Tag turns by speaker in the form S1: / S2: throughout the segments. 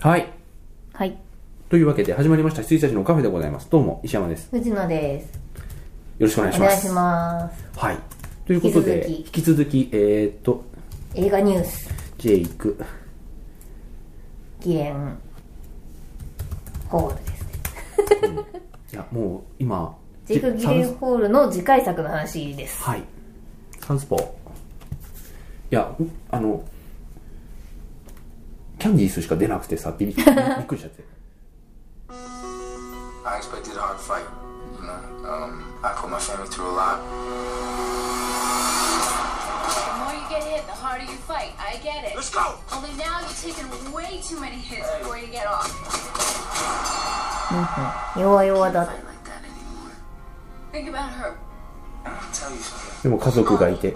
S1: はい。
S2: はい
S1: というわけで始まりました、羊たちのカフェでございます。どうも、石山です。よ
S2: 藤野です
S1: ろしくお願いし
S2: お
S1: ま
S2: 願い
S1: す。
S2: します
S1: はい。ということで、引
S2: 引
S1: き続き、えーっと、
S2: 映画ニュース
S1: ジェイク。
S2: ギレンホールですね
S1: いや、もう今、
S2: ジェイク・ギ
S1: サ
S2: レ
S1: ン
S2: ンホールの次回作の話です
S1: はい。サンスポー。いや、うあの、キャンディースしか出なくてさ、ビビびっくりしちゃって。
S3: I expected a hard fight. You know, um, I put my family through a lot.
S4: The more you get hit, the harder you fight. I get it.
S3: Let's go.
S4: Only now you're taking way too many hits before you get off.
S2: 弱々だ
S3: Fight like that anymore.
S4: Think about her.
S3: I'm gonna tell you something,
S1: でも家族がいて、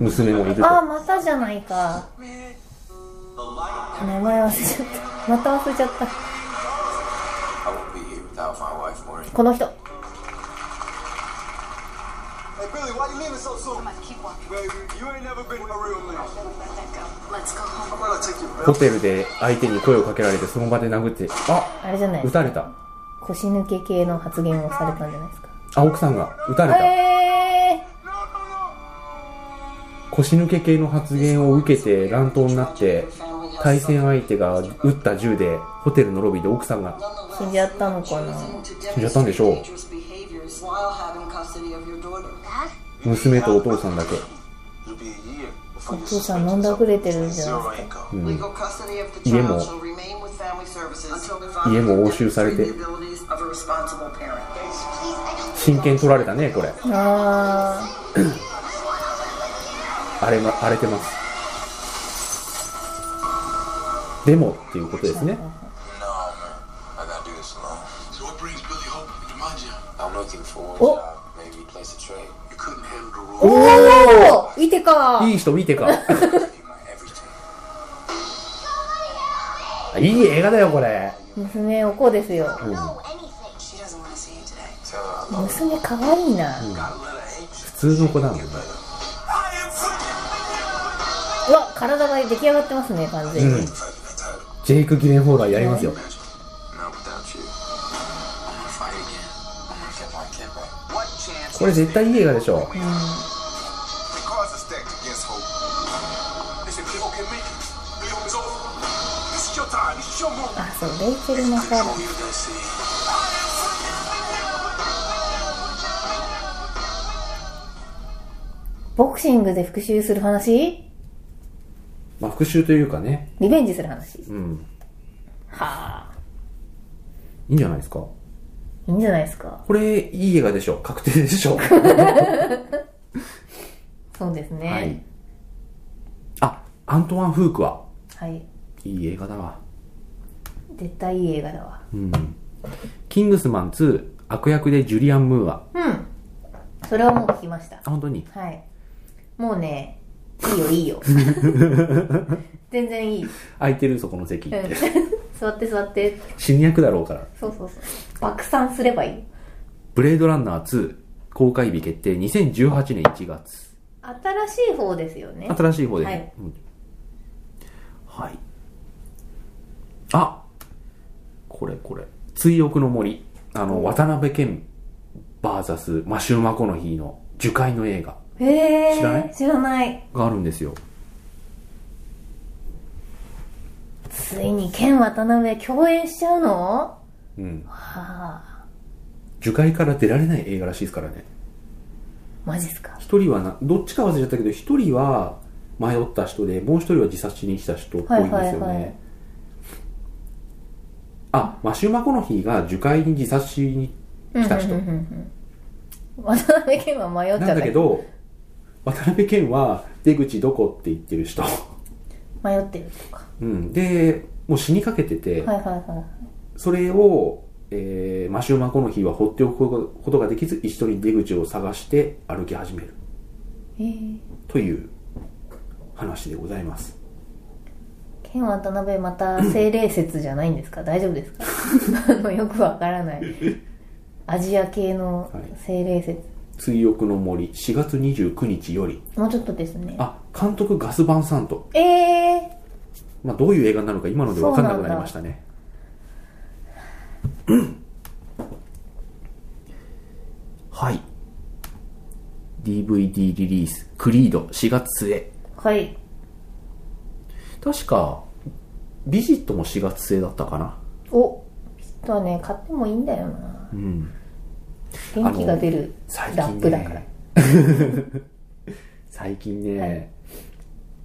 S1: 娘もいると。
S2: ああまたじゃないか
S3: man.
S2: 名前忘れちゃったまた忘れちゃった
S3: I won't be here without my wife, Maureen.
S2: この人
S5: Hey, Billy, why you leaving so soon?
S4: Come on, keep walking.
S5: Baby, you ain't never been a real man.
S4: Let that go. Let's go home.
S5: I'm gonna take your belt.
S1: ホテルで相手に声をかけられて、その場で殴って、あ
S2: あれじゃない
S1: 撃たれた。
S2: 腰抜け系の発言をされたんじゃないですか
S1: あ、奥さんが撃たれた。
S2: え
S1: 腰抜け系の発言を受けて乱闘になって対戦相手が撃った銃でホテルのロビーで奥さんが
S2: ー、死んじゃったのかな
S1: 死んじゃったんでしょう
S6: Dad?
S1: 娘とお父さんだけ
S3: It'll be a year
S2: お
S3: before your
S2: 父さ
S3: sister
S2: ん飲んだくれてるじゃない
S3: zero income.
S6: Legal custody of the
S1: Jemo.
S6: child shall remain with family services until the father
S1: Jemo 押収されて
S6: demonstrates the abilities of a responsible parent.
S1: 真剣取られたねこれ
S2: あ
S1: 荒れ,、ま、荒れてますでもっていうことですね
S3: No, man. I gotta do this alone.
S7: So what brings Billy Hope to my job?
S3: I'm looking for one
S2: Oh.
S3: job. Maybe place a trade.
S7: You couldn't handle the
S2: ー
S7: role.
S2: おおいてか
S1: いい人見てか
S3: Be my everything.
S1: いい映画だよこれ
S2: 娘おこですよ娘かわいいな、う
S1: 普通の子なんだね
S2: わ体が出来上がってますね完全に、
S1: うんジェイク・ギレンホーラーやりますよ
S3: Not without you. I'm gonna fight again. I'm gonna get my kid back.
S1: これ絶対いい映画でしょ
S5: The cards are stacked against hope. Listen, Billy Hope can make it. Billy Hope is over. This is your time. This is your moment.
S2: あそうレイチェル・マカー
S3: You don't see.
S2: ボクシングで復讐する話
S1: まあ復讐というかね
S2: リベンジする話
S1: うん
S2: はあ
S1: いいんじゃないですか
S2: いいんじゃないですか
S1: これいい映画でしょ確定でしょ
S2: そうです
S1: はい
S2: ね。
S1: あ、アントワン・フークは、
S2: はい、
S1: いい映画だわ。
S2: 絶対いい映画だわ
S1: キングスマン2、悪役でジュリアン・ムーア。
S2: うんそれはもう聞きました
S1: あ、本当に
S2: はいもうねいいよい いよ全然いい
S1: 空いてるそこの席って。
S2: 座って座って
S1: 死に役だろうから。
S2: そうそうそう爆散すればいい
S1: ブレードランナー2、公開日決定2018年1月。
S2: 新しい方ですよね
S1: 新しい方で、
S2: はい
S1: うんはい。あこれこれ。追憶の森。あの、渡辺謙 VS マシュー・マコノヒーの樹海の映画
S2: へえ
S1: 知らない
S2: 知らない
S1: があるんですよ。
S2: ついに剣渡辺共演しちゃうのは
S1: うん。
S2: あ
S1: 樹海から出られない映画らしいですからね
S2: マジっすか
S1: 一人はなどっちか忘れちゃったけど一人は迷った人でもう一人は自殺しに来た人っぽいんですよね、
S2: はいはいはい
S1: あマシューマコノヒーが樹海に自殺しに来た人、
S2: うんうんうんうん渡辺謙は迷っちゃ
S1: な
S2: っ
S1: ん
S2: た
S1: だけど渡辺謙は出口どこって言ってる 人、
S2: 迷ってるとか
S1: うん、でもう死にかけてて、
S2: はいはいはい
S1: それを、えーマシューマコノヒーは放っておくことができず一緒に出口を探して歩き始める
S2: えー、
S1: という話でございます
S2: 剣渡辺また精霊説じゃないんですか大丈夫ですか あのよくわからないアジア系の精霊説、
S1: 追憶の森4月29日より
S2: もうちょっとですね
S1: あ監督ガス・バンサント、
S2: ええ
S1: まあ、どういう映画なのか今ので分かんなくなりましたねはい。DVD リリース、クリード4月末。
S2: はい
S1: 確か、ビジットも4月末だったかな。
S2: おきっとね買ってもいいんだよな元気が出る
S1: 最
S2: ラッ
S1: 近ね
S2: プだから、
S1: 最近ね、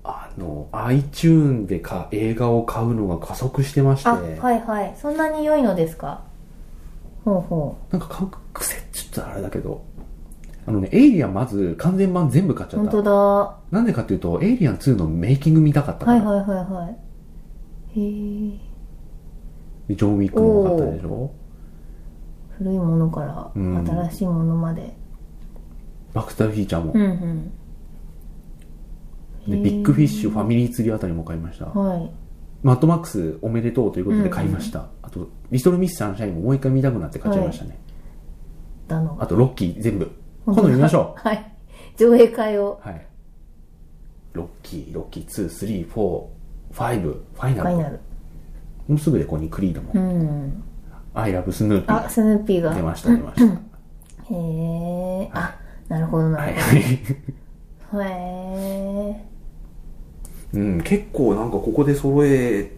S1: あの、iTune でか映画を買うのが加速してまして、
S2: あはいはいそんなに良いのですかほうほ
S1: なんか買う癖ちょっとあれだけど、あのね、エイリアンまず完全版全部買っち
S2: う
S1: ゃっ
S2: 本
S1: た
S2: 当。だは
S1: なんでかっていうと、エイリアン2のメイキング見たかった
S2: い
S1: か
S2: は
S1: ら
S2: い、はいはいへえ
S1: ジョン・ウィックも良かったでしょ
S2: 古いものから
S1: うん
S2: 新しいものまで
S1: バックスターフィーチャーも。
S2: うんうん
S1: でビッグフィッシュ、ファミリー釣りあたりも買いました。
S2: はい
S1: マットマックスおめでとうということで買いました。あと、リトルミスサンシャインももう一回見たくなって買っちゃいましたね。
S2: だの
S1: あと、ロッキー全部。今
S2: 本当だ
S1: 度見ましょ
S2: はい上映会を
S1: う。はい。ロッキー、ロッキー2、3、4、5、ファイ
S2: フ
S1: ナ
S2: ァイ
S1: ル。
S2: ナル
S1: もうすぐでここにクリードも。
S2: うん
S1: アイラブスヌーピ
S2: あ
S1: ー。
S2: スヌーピーが
S1: 出ました、出ました。
S2: へえあなるほどな
S1: はい
S2: る
S1: はい。
S2: ほどへえ
S1: うん、結構なんかここで揃え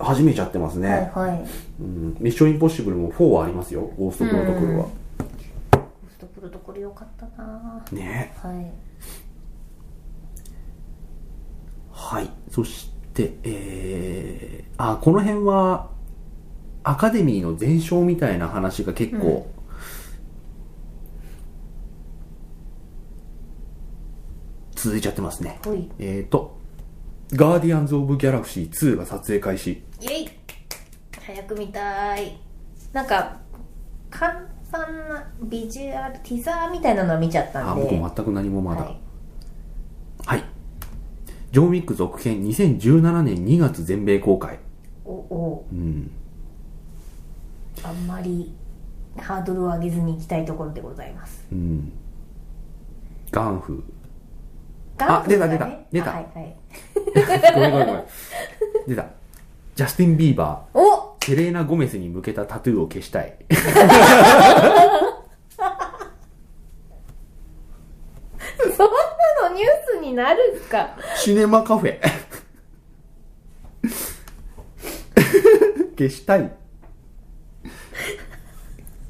S1: 始めちゃってますね。
S2: はいはい
S1: うん、ミッションインポッシブルも4はありますよ、ゴーストプロトコルは。
S2: ストプロトコル良かったな
S1: ね
S2: はい
S1: はい。そして、えー、あ、この辺は、アカデミーの前哨みたいな話が結構、続いちゃってますね。
S2: ほい
S1: えーと、ガーディアンズ・オブ・ギャラクシー2が撮影開始。
S2: イェイ早く見たいなんか簡単なビジュアルティザーみたいなのは見ちゃった
S1: あ、
S2: んで
S1: 僕全く何もまだ。
S2: はい
S1: はい。ジョン・ウィック続編2017年2月全米公開。
S2: おお
S1: うん。
S2: あんまりハードルを上げずに行きたいところでございます
S1: うん。ガンフ。
S2: ガンプが
S1: 出た出た出た
S2: あはいはい、
S1: ごめんごめんごめん。出た。ジャスティン・ビーバ
S2: お
S1: ー、セレーナ・ゴメスに向けたタトゥーを消したい。
S2: そんなのニュースになるん すか
S1: シネマカフェ。 消したい。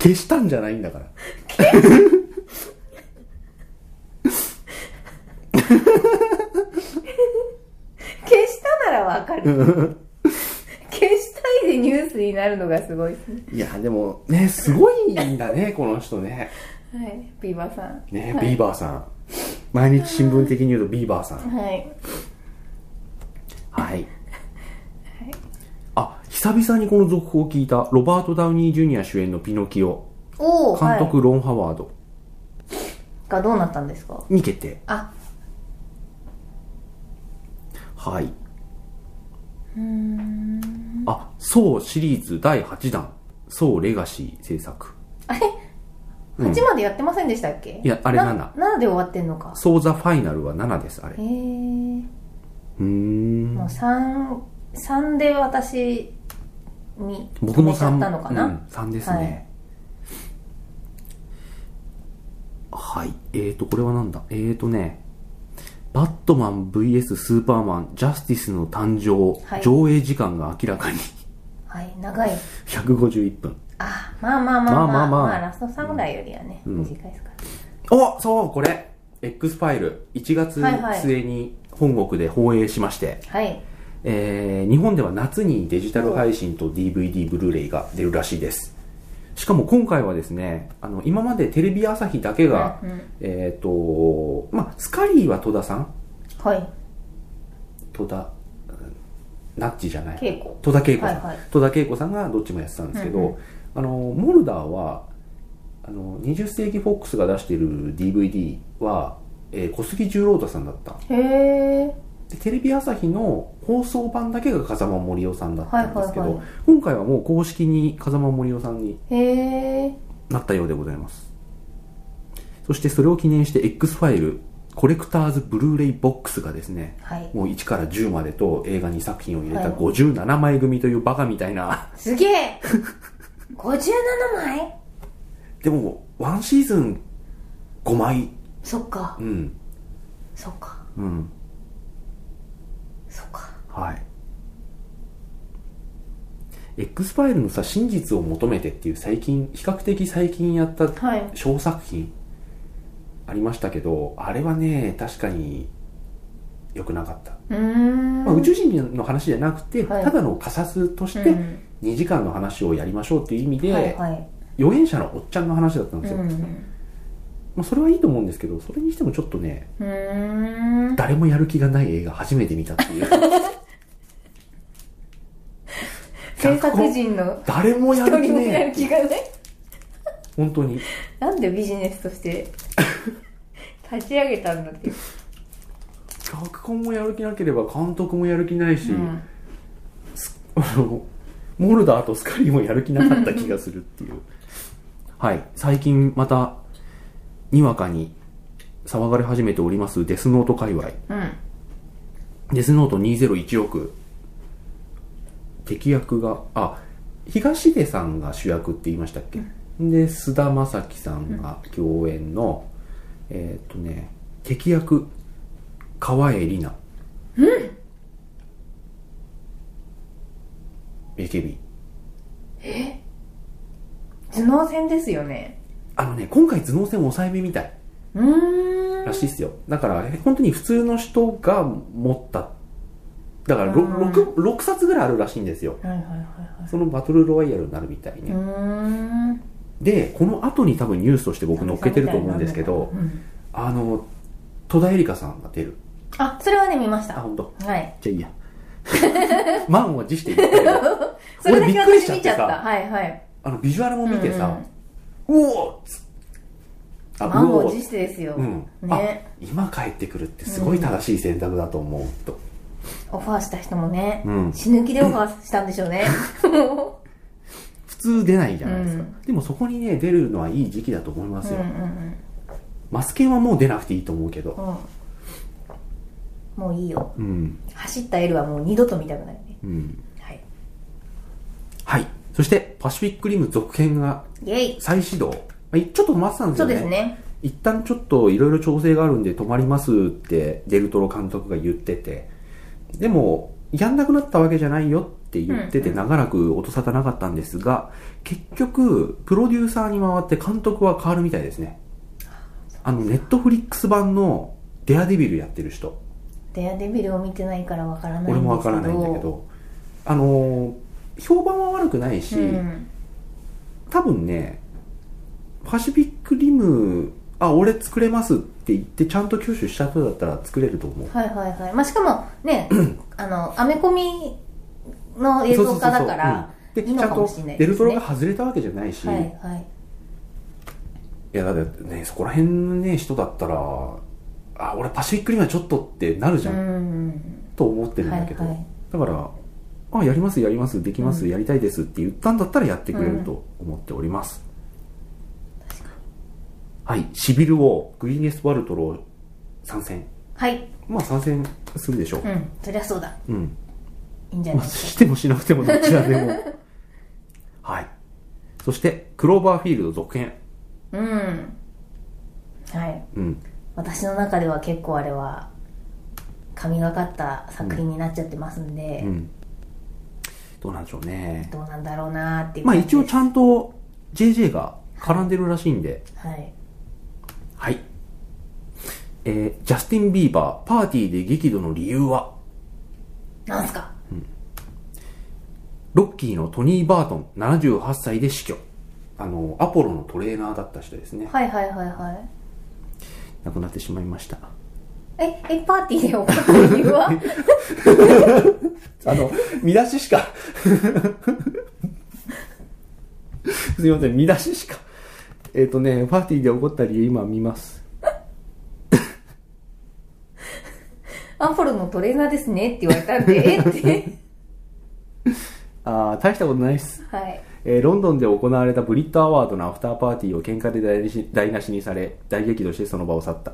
S1: 消したんじゃないんだから。
S2: 消したならわかる消したいでニュースになるのがすごいですね
S1: いや、でも、ね、すごいんだね、この人ね。
S2: はいビーバーさん
S1: ね、ビーバーさん。毎日新聞的に言うとビーバーさん。
S2: はい
S1: はい。あ、久々にこの続報を聞いた、ロバート・ダウニー・ジュニア主演のピノキオ、
S2: おお
S1: 監督、
S2: は
S1: ロン・ハワード
S2: い、がどうなったんですか
S1: に決定。
S2: あ
S1: はい。あ、ソウシリーズ第8弾、ソウレガシー制作。
S2: あれ
S1: うん
S2: 8までやってませんでしたっけ
S1: いやあれ
S2: な7で終わってんのか
S1: ソウザファイナルは7です、あれ。
S2: へ
S1: う
S2: え
S1: ーん
S2: もう。3三で私に
S1: 僕も
S2: 止めちゃ
S1: 3、
S2: ったのかな、
S1: うん、3ですね。はい。えーと、これはなんだえーとね、バットマン VS スーパーマン、ジャスティスの誕生、
S2: はい
S1: 上映時間が明らかに
S2: はい長い
S1: 151分。
S2: あまあまあまあまあ
S1: ま
S2: ま
S1: あま
S2: あ、
S1: あまあ
S2: ラストサムライよりはね、
S1: ん
S2: 短いですから
S1: おそうこれ X ファイル1月
S2: はいはい
S1: 末に本国で放映しまして、
S2: はい
S1: えー日本では夏にデジタル配信と DVD ブルーレイが出るらしいですしかも今回はですねあの今までテレビ朝日だけが、
S2: うんうん
S1: えっ、とまあスカリーは戸田さん
S2: はい
S1: 戸田うんナッチじゃない
S2: 稽古
S1: 戸田恵子さん、
S2: はいはい
S1: 戸田恵子さんがどっちもやってたんですけど、
S2: うん
S1: あのモルダーはあの20世紀フォックスが出してる DVD は、えー小杉十郎太さんだった
S2: へえ
S1: でテレビ朝日の放送版だけが風間森夫さんだったんですけど、
S2: はいはいは
S1: 今回はもう公式に風間森夫さんに
S2: へえ
S1: なったようでございますそしてそれを記念して X ファイルコレクターズブルーレイボックスがですね、
S2: はい
S1: もう1から10までと映画2作品を入れ
S2: は
S1: た
S2: い
S1: 57枚組というバカみたいな、
S2: すげえ57枚
S1: でも、ワンシーズン5枚。
S2: そっか
S1: うん。
S2: そっか
S1: うん。
S2: そっか
S1: はい。X ファイルのさ、真実を求めてっていう最近、比較的最近やった
S2: はい
S1: 小作品ありましたけど、あれはね、確かに良くなかった。
S2: うーん
S1: まあ、宇宙人の話じゃなくて、
S2: はい
S1: ただの仮説とし
S2: う
S1: て
S2: ん
S1: 2時間の話をやりましょうっていう意味で、
S2: はいはい
S1: 預言者のおっちゃんの話だったんです
S2: う
S1: よ、
S2: ん
S1: まあ、それはいいと思うんですけどそれにしてもちょっとね
S2: うーん
S1: 誰もやる気がない映画初めて見たっていう
S2: 制作陣の
S1: 誰もや
S2: 一
S1: る気
S2: 人もや
S1: ね
S2: る気がない
S1: 本当に
S2: なんでビジネスとして 立ち上げたんだっていう、
S1: 脚本もやる気なければ監督もやる気ないし、
S2: うん、
S1: あのモルダーとスカリーもやる気なかった気がするっていうはい最近またにわかに騒がれ始めておりますデスノート界隈
S2: うん
S1: デスノート2016敵役があ東出さんが主役って言いましたっけ、で菅田将暉さんが共演の、えーっとね敵役川栄李奈うん AKB
S2: 頭脳戦ですよね
S1: あのね今回頭脳戦抑えめみたいう
S2: ーん
S1: らしいっすよだからえ本当に普通の人が持っただから 6, 6冊ぐらいあるらしいんですよ
S2: はいはいはい
S1: そのバトルロワイヤルになるみたいね、
S2: うーん
S1: でこの後に多分ニュースとして僕乗っけてると思うんですけど
S2: うん
S1: あの戸田恵梨香さんが出る
S2: あそれはね見まし
S1: あ
S2: た
S1: 本当。
S2: はい
S1: じゃあい いや満を持して言って
S2: それだ
S1: 俺
S2: け
S1: びっくりし
S2: 私
S1: ちゃって
S2: 見ちゃ
S1: さ
S2: ったはいはい
S1: あのビジュアルも見てさ、うおーっつあ
S2: 満を
S1: うおー
S2: 持
S1: っ
S2: してですよ、
S1: うん、
S2: ね
S1: あ今帰ってくるってすごい正しい選択だと思うと、
S2: オファーした人もね、
S1: うん
S2: 死ぬ気でオファーしたんでしょうねも
S1: 普通出ないじゃないですか、
S2: うん
S1: でもそこにね出るのはいい時期だと思いま
S2: う
S1: す
S2: うん
S1: よ、
S2: うんうん
S1: マスケンはもう出なくていいと思うけど
S2: うんもういいよ
S1: うん
S2: 走ったエルはもう二度と見たくないね
S1: うん
S2: はい
S1: はいそしてパシフィックリム続編が
S2: イエイ
S1: 再始動まあいちょっと待ってたんですよ
S2: そう
S1: ね
S2: ですね
S1: 一旦ちょっといろいろ調整があるんで止まりますってデルトロ監督が言っててでもやんなくなったわけじゃないよって言ってて
S2: うん
S1: 長らく音沙汰なかったんですが結局プロデューサーに回って監督は変わるみたいですねあのネットフリックス版の「デアデビル」やってる人
S2: デアデビルを見てないからわからないんで
S1: 俺
S2: すけど
S1: もわからないんだけどあのー評判は悪くないし、
S2: うん、
S1: 多分ねパシフィックリムあ俺作れますって言ってちゃんと吸収した人だったら作れると思う
S2: はいはいはい、まあ、しかも ねあのアメコミの映像化だから
S1: そうそうそうそううん
S2: いいのかもしれな
S1: でちゃんとデ
S2: いで
S1: ル
S2: す
S1: トロ
S2: ね
S1: が外れたわけじゃないし、
S2: はい
S1: い、
S2: はい
S1: やだってねそこら辺のね人だったらあ俺パシフィックリムはちょっとってなるじ
S2: う
S1: ゃん、
S2: ん
S1: と思ってるんだけど、
S2: はいはい
S1: だからあやりますやりますできます、やりたいですって言ったんだったらやってくれると思っております、はいシビル王グリーネス・ワルトロー参戦
S2: はい
S1: まあ参戦するでしょう
S2: うんそりゃそうだ
S1: うん。
S2: いいんじゃ
S1: ま
S2: な
S1: あ
S2: い
S1: してもしなくてもどちらでも。 はい。そして、クローバーフィールド続編。
S2: うんはい
S1: うん。
S2: 私の中では結構あれは神がかった作品になっちゃってますんで、
S1: うん。どうなんでしょうね。
S2: どうなんだろうなーっていう
S1: まあ
S2: 感じ
S1: 一応
S2: で
S1: ち
S2: す
S1: ゃんと JJ が絡んでるらしいんで。
S2: はい
S1: はい。えー、ジャスティン・ビーバー、パーティーで激怒の理由は
S2: なんすか
S1: ロッキーのトニー・バートン、78歳で死去。あの、アポロのトレーナーだった人ですね。
S2: はいはいはいはい
S1: 亡くなってしまいました。
S2: ええパーティーで怒った理由は
S1: あの、見出ししか。すいません、見出ししか。えっ、とね、パーティーで起こった理由今見ます。
S2: アポロのトレーナーですねって言われたんでえ って
S1: ああ、大したことないっす。
S2: はい
S1: えーロンドンで行われたブリットアワードのアフターパーティーを喧嘩で台無し台無しにされ、大激怒してその場を去った。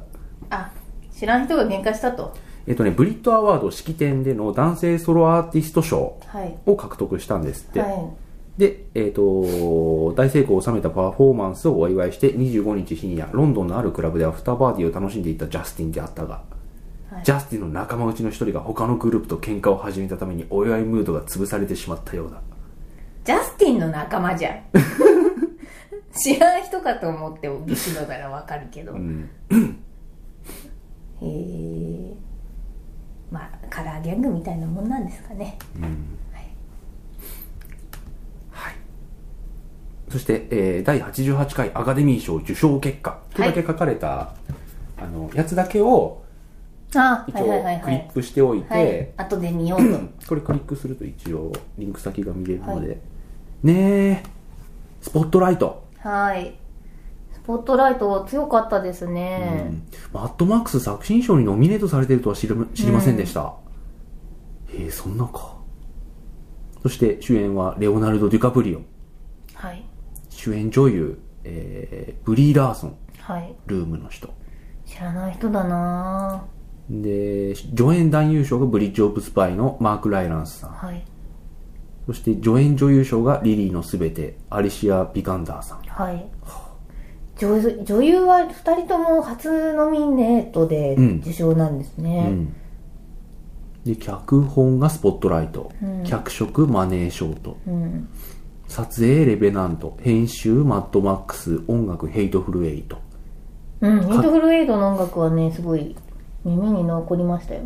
S2: あ知らん人が喧嘩したと
S1: えっ、とね、ブリットアワード式典での男性ソロアーティスト賞
S2: はい
S1: を獲得したんですって。
S2: はい
S1: で、えっ、と、大成功を収めたパフォーマンスをお祝いして、25日深夜、ロンドンのあるクラブでアフターパーティーを楽しんでいたジャスティンであったが、ジャスティンの仲間内の一人が他のグループと喧嘩を始めたためにお祝いムードが潰されてしまったようだ。
S2: ジャスティンの仲間じゃん 知らん人かと思ってビシドならわかるけど、
S1: ん
S2: へえまあカラーギャングみたいなもんなんですかね
S1: そして、えー第88回アカデミー賞受賞結果とだけ書かれた、あの、やつだけを
S2: あ
S1: 一
S2: は
S1: 応
S2: いはいはい
S1: ク
S2: は
S1: リ
S2: い
S1: ックしておいて、
S2: はい後で見ようと
S1: これクリックすると一応リンク先が見れるので、
S2: は
S1: ねえスポットライト、
S2: はいスポットライト強かったですね、
S1: マッドマックス作品賞にノミネートされているとは知り知りませんでした、へえそんなかそして主演はレオナルド・デュカプリオ
S2: はい
S1: 主演女優、えーブリー・ラーソン
S2: はい
S1: ルームの人
S2: 知らない人だな
S1: で助演男優賞がブリッジ・オブ・スパイのマーク・ライランスさん
S2: ぁはい
S1: そして助演女優賞がリリーのすべてアリシア・ビカンダーさん
S2: はい女優女優は2人とも初ノミネートで
S1: うん
S2: 受賞なんですね、
S1: うん、で脚本がスポットライト、脚色マネーショート、撮影レベナント編集マッドマックス音楽ヘイトフルエイト
S2: うん、ヘイトフルエイドの音楽はね、すごい耳に残りましたよ。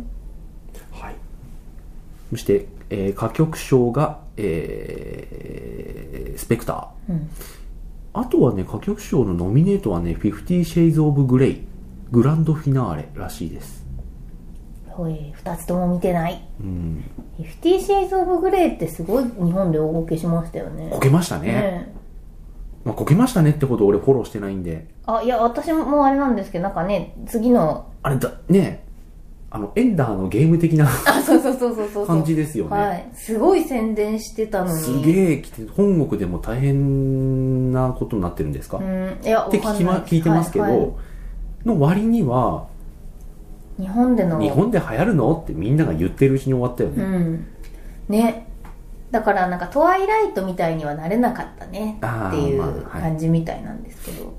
S1: はいそして、えー歌曲賞が、えースペクター、あとはね歌曲賞のノミネートはね「50 Shades of Grey」グランドフィナーレらしいです
S2: おい、二つとも見てない。うん。フィフティーシェイズ・オブ・グレーってすごい日本で大ごけしましたよね。
S1: こけましたね
S2: ね
S1: まあ、こけましたねってこと俺フォローしてないんで
S2: あ、いや、私もあれなんですけど、なんかね、次の、
S1: あれだねあのエンダーのゲーム的な
S2: あ、そうそうそうそうそうそう。
S1: 感じですよね
S2: はい。すごい宣伝してたのに。
S1: す
S2: え。
S1: げえ来て、本国でも大変なことになってるんですか、
S2: う
S1: っ
S2: ん、いや、わ
S1: て
S2: か
S1: 聞き
S2: んな
S1: ま
S2: い。
S1: 聞いてますけど、
S2: はいはい
S1: の割には、
S2: 日本での。
S1: 日本で流行るのってみんなが言ってるうちに終わったよ
S2: う
S1: ね。
S2: ん。ね。だからなんかトワイライトみたいにはなれなかったね
S1: あー
S2: ってい
S1: ま
S2: う
S1: あはい
S2: 感じみたいなんですけど、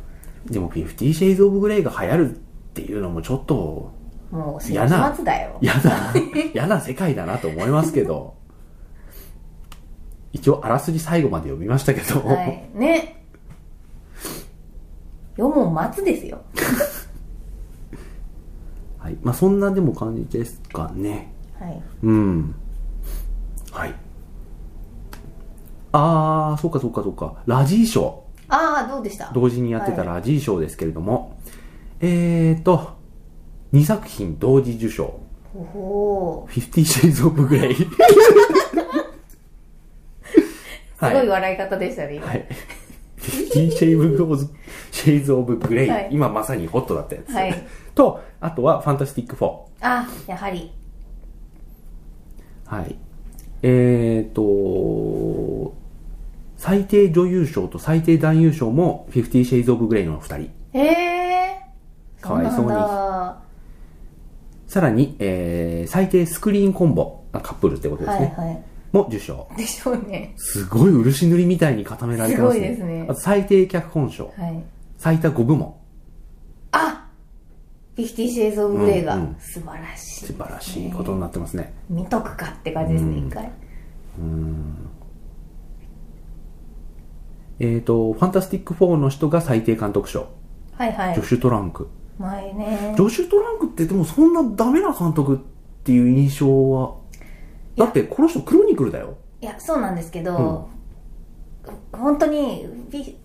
S1: でも、50 Shades of Grey が流行るっていうのもちょっと、
S2: もう先
S1: 嫌な
S2: 末だよ。
S1: 嫌な、嫌な世界だなと思いますけど、一応、あらすじ最後まで読みましたけど、
S2: はい。ね。世も待つですよ。
S1: はい。まあ、そんなでも感じですかね。
S2: はい。
S1: うん。はい。あー、そうかそうかそうか。ラジー賞。
S2: ああ、どうでした
S1: 同時にやってたラジー賞ですけれども、えーと、2作品同時受賞。
S2: おお
S1: 50 Shades of Grey。
S2: ー。すごい
S1: は
S2: 笑い方でしたね、今
S1: い。50 Shades of Grey、
S2: はい
S1: 今まさにホットだったやつ。
S2: はい
S1: と、あとはファンタスティック4。
S2: あ、やはり。
S1: はい。えーと、最低女優賞と最低男優賞も50 Shades of Grey の2人。
S2: へえー。
S1: かわいそうに
S2: なんだ
S1: さらに、えー、最低スクリーンコンボ、あカップルってことです
S2: は
S1: ね。
S2: いは
S1: も受賞。
S2: い。でしょうね。
S1: すごい漆塗りみたいに固められてますね。
S2: すごいですね
S1: あと最低脚本賞、
S2: はい。
S1: 最多5部門。
S2: あフィフティシェイズ・オブ・グレイが、
S1: うんうん
S2: 素晴らしい。
S1: 素晴らしいことになってますね。
S2: 見とくかって感じですね、一回。
S1: えっ、と、ファンタスティック4の人が最低監督賞。
S2: はいは
S1: ジ
S2: い
S1: ョ。シュ・トランク。
S2: 前ね
S1: ジ。ョシュ・トランクってでもそんなダメな監督っていう印象は。だってこの人クロニクルだよ。
S2: いや、そうなんですけど、本当に、ビ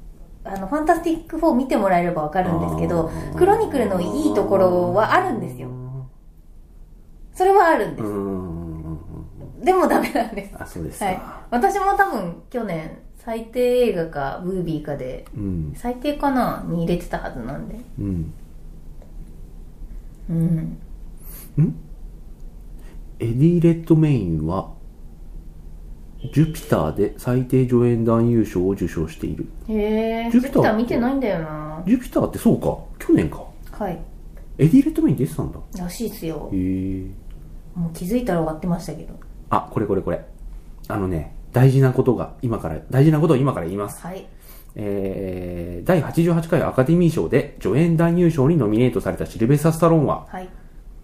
S2: あの、ファンタスティック4見てもらえればわかるんですけど
S1: あ、ー
S2: クロニクルのいいところはあるんですよ。それはあるんで
S1: うー
S2: す。
S1: ん。
S2: でもダメなんです。
S1: あ、そうですか。
S2: はい。私も多分去年、最低映画か、ムービーかで、
S1: うん。
S2: 最低かなに入れてたはずなんで。
S1: うん。
S2: うん。
S1: エディ・レッドメインは、ジュピターで最低助演男優賞を受賞している。
S2: へえ。
S1: ジュ
S2: ジュ
S1: ピ
S2: ピ
S1: ター
S2: ター見てないんだよな
S1: ジュピターってそうか。去年か。
S2: はい。
S1: エディ・レッドメイン出てたんだ。
S2: らしいっすよ
S1: へ。え。
S2: もう気づいたら終わってましたけど。
S1: あ、これこれこれ。あのね、大事なことが今から、大事なことを今から言います。
S2: はい
S1: えー、第88回アカデミー賞で助演男優賞にノミネートされたシルベスタ・スタローンは、
S2: はい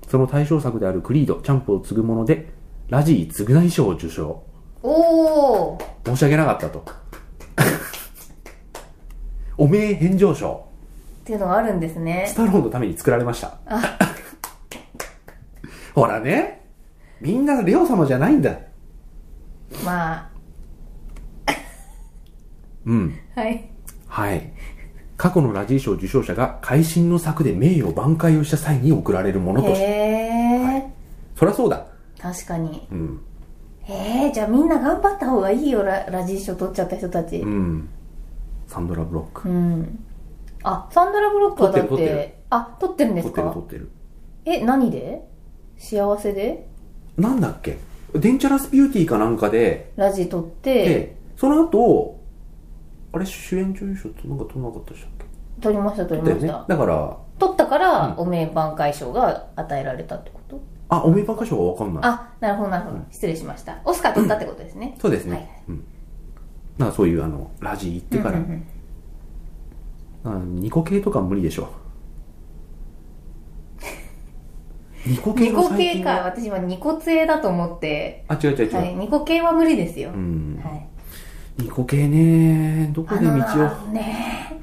S1: その対象作であるクリード、チャンプを継ぐもので、ラジー償い賞を受賞。
S2: おお
S1: 申し訳なかったと。 おめえ返上賞。
S2: っていうのがあるんですね
S1: スタローンのために作られました。 ほらね。みんなレオ様じゃないんだ。
S2: ま
S1: うん。
S2: あはい
S1: はい。過去のラジー賞受賞者が会心の作で名誉挽回をした際に贈られるもの
S2: へ
S1: として。
S2: え、
S1: そりゃそうだ。
S2: 確かに
S1: うん。
S2: えー、じゃあみんな頑張った方がいいよララジー賞取っちゃった人たち
S1: うん。サンドラ・ブロック。
S2: うんあサンドラ・ブロックはだっ
S1: 撮ってる撮って
S2: あ撮ってるんで
S1: 撮
S2: す
S1: ってる撮
S2: か
S1: ってる。
S2: え何で幸せで
S1: なんだっけデンチャラス・ビューティーかなんかで、
S2: ラジ撮って
S1: で、その後、あれ主演女優賞ってなんか取らなかったでしたっけ
S2: 撮りました撮りま
S1: だよ
S2: し
S1: ね
S2: た。
S1: だから、
S2: 撮ったから、お名挽回賞が与えられたってこと
S1: あ、おめばか賞はわかんない。
S2: あなるほどなるほど、失礼しましたオスカー取ったってことですね、
S1: そうですね。
S2: はい
S1: うん。なんかそういう、あの、ラジ行ってから、あニコ系とか無理でしょ。ニコ系
S2: ニ
S1: の
S2: コ
S1: 最
S2: 系
S1: 近
S2: か
S1: は
S2: 私はニコ杖だと思って、
S1: あ、違う違う違う。
S2: はい、ニコ系は無理ですよ、
S1: うん。
S2: はい、
S1: ニコ系ねどこで道を。だ
S2: あのね
S1: って、イ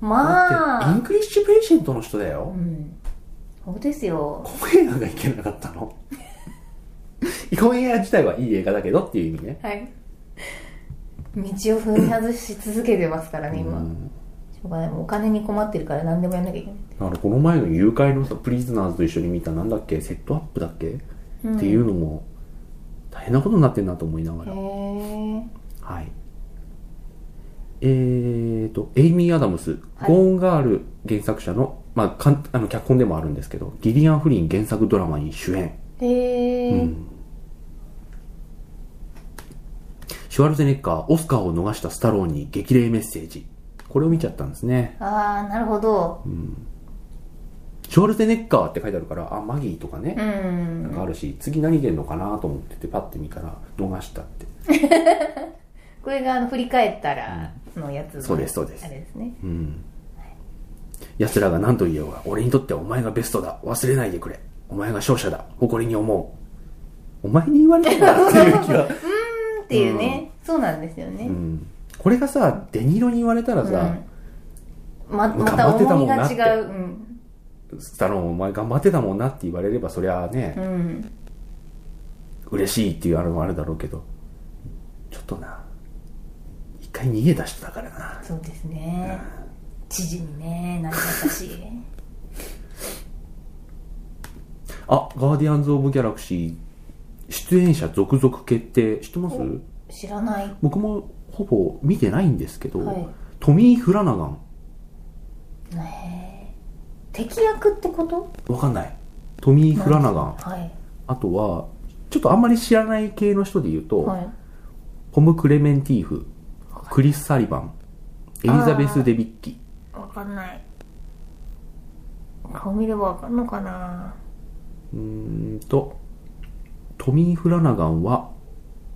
S2: まあ
S1: ンクリッシュペーシェントの人だよ。
S2: うんそうですよ
S1: コメ映画がいけなかったの コメ映画自体はいい映画だけどっていう意味ね。
S2: はい道を踏み外し続けてますからね今、
S1: うん
S2: しょうがないもうお金に困ってるから何でもやんなきゃいけない
S1: だからこの前の誘拐のさ、プリズナーズと一緒に見たなんだっけ、セットアップだっけ、っていうのも、大変なことになってんなと思いながら。
S2: へえ
S1: はい。えーと、エイミー・アダムス、
S2: はい
S1: ゴーンガール原作者の、まあ、かんあの、脚本でもあるんですけど、ギリアン・フリン原作ドラマに主演。
S2: へえ、
S1: シュワルツェネッガー、オスカーを逃したスタローンに激励メッセージ。これを見ちゃったんですね。
S2: ああなるほど
S1: シュワルツェネッガーって書いてあるから、あ、マギーとかね、
S2: うん
S1: なんかあるし、次何出んのかなと思ってて、パッて見たら、逃したって。
S2: これがあの振り返ったらのやつの
S1: そうですそうです
S2: あれですね
S1: 奴らが何と言おうが、俺にとってお前がベストだ。忘れないでくれ。お前が勝者だ。誇りに思う。お前に言われたんだっていう気 が。
S2: っていうね、そうなんですよね、
S1: うんこれがさ、デニーロに言われたらさ、
S2: ままた
S1: 頑張ってた
S2: 重
S1: も
S2: み
S1: んな
S2: が
S1: って
S2: 違う、うん
S1: スタローンお前頑張ってたもんなって言われれば、そりゃあね、
S2: うん、
S1: 嬉しいっていうあれもあるだろうけどちょっとな一回逃げ出したからな
S2: そうですね知事にねなりましたし
S1: あガーディアンズ・オブ・ギャラクシー出演者続々決定知ってます
S2: 知らない
S1: 僕もほぼ見てないんですけど、
S2: はい
S1: トミー・フラナガン
S2: 敵役ってこと
S1: わかんないトミー・フラナガン
S2: はい
S1: あとはちょっとあんまり知らない系の人で言うと、
S2: はい
S1: ポム・クレメンティーフクリス・サリバンエリザベス・デビッキ
S2: わかんない顔見ればわかんのかな
S1: うんと、トミー・フラナガンは、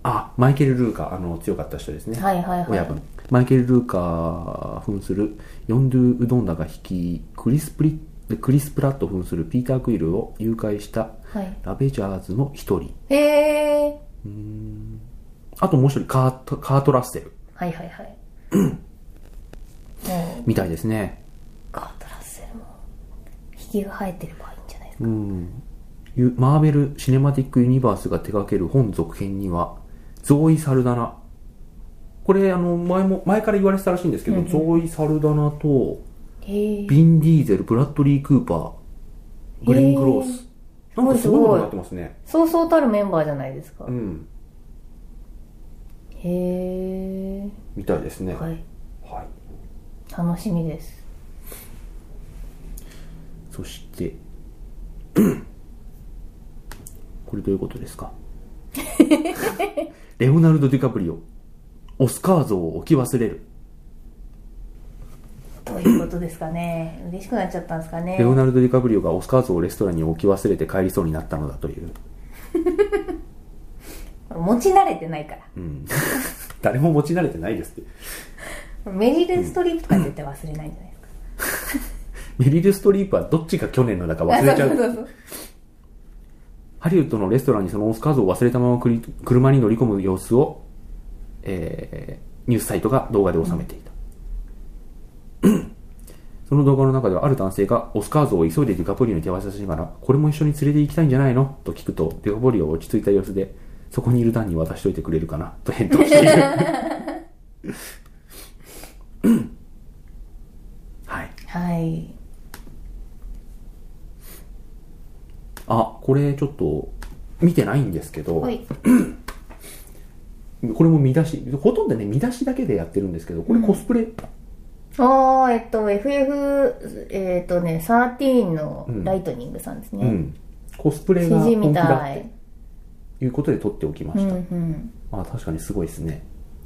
S1: あ、マイケル・ルーカー、あの、強かった人ですね。
S2: はいはいはい
S1: 親分。マイケル・ルーカー扮するヨンドゥ・ウドンダが率い、クリスプリクリス・プラット扮するピーター・クイルを誘拐した
S2: はい
S1: ラベジャーズの一人。
S2: へえ
S1: あともう一人、カート、カート・ラッセル
S2: はいはいはいもう
S1: みたいですね。
S2: カートラッセルもひげが生えてればいいんじゃないですか、
S1: ゆマーベル・シネマティック・ユニバースが手掛ける本続編には、ゾーイ・サルダナ。これ、あの、前も、前から言われてたらしいんですけど、ゾーイ・サルダナと、
S2: へえ
S1: ビン・ディーゼル、ブラッドリー・クーパー、グレン・グロース。なんかすごいことになってますね。
S2: そうそうたるメンバーじゃないですか、
S1: うん。
S2: へえ
S1: みたいですね。
S2: はい
S1: はい
S2: 楽しみです
S1: そして、これどういうことですかレオナルド・ディカプリオ、オスカー像を置き忘れる。
S2: どういうことですかね嬉しくなっちゃったんですかね
S1: レオナルド・ディカプリオがオスカー像をレストランに置き忘れて帰りそうになったのだという。
S2: 持ち慣れてないか
S1: うん。誰も持ち慣れてないですって。
S2: らメリル・ストリープとか絶対忘れないんじゃないですか、
S1: メリル・ストリープはどっちが去年のだか忘 れちゃ
S2: そう
S1: う。
S2: そうそう
S1: ハリウッドのレストランにそのオスカー像を忘れたまま繰り車に乗り込む様子を、えーニュースサイトが動画で収めていた。その動画の中ではある男性がオスカー像を急いでディカプリオに手渡しながら、これも一緒に連れて行きたいんじゃないのと聞くと、ディカプリオは落ち着いた様子で、そこにいる段に渡しといてくれるかなと返答している。 はい。
S2: はい
S1: あ、これちょっと見てないんですけど、
S2: はい
S1: これも見出し、ほとんどね、見出しだけでやってるんですけど、これコスプレ、
S2: ああえっと FF えっとね13のライトニングさんです
S1: うん、
S2: ね、
S1: コスプレ
S2: 指
S1: が
S2: 示
S1: 本気
S2: み
S1: だ
S2: た
S1: っ
S2: い
S1: ていうことで撮っておきま
S2: う
S1: し
S2: ん
S1: た。
S2: うん
S1: まあ確かにすごいですね。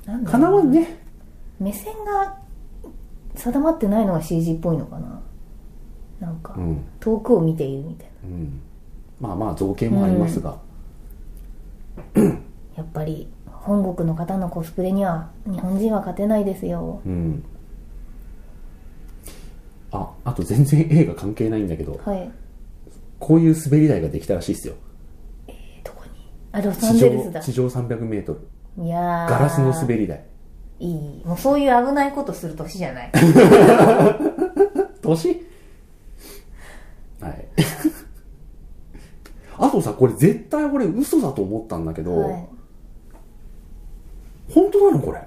S2: なんだ
S1: かなわんね。
S2: 目線が定まってないのが CG っぽいのかななんか、
S1: うん。
S2: 遠くを見ているみたいな
S1: うん。まあまあ造形もありますが、
S2: やっぱり本国の方のコスプレには日本人は勝てないですよ
S1: うん。あ、あと全然映画関係ないんだけど、
S2: はい
S1: こういう滑り台ができたらしいですよ。
S2: えどこにあロサン
S1: 地
S2: ゼルス
S1: 上、
S2: だ
S1: 地上300メートル。
S2: いやー
S1: ガラスの滑り台。
S2: いいもうそういう危ないことする年じゃない
S1: 年はい。 あとさ、これ絶対俺嘘だと思ったんだけど、
S2: はい
S1: 本当なのこれ。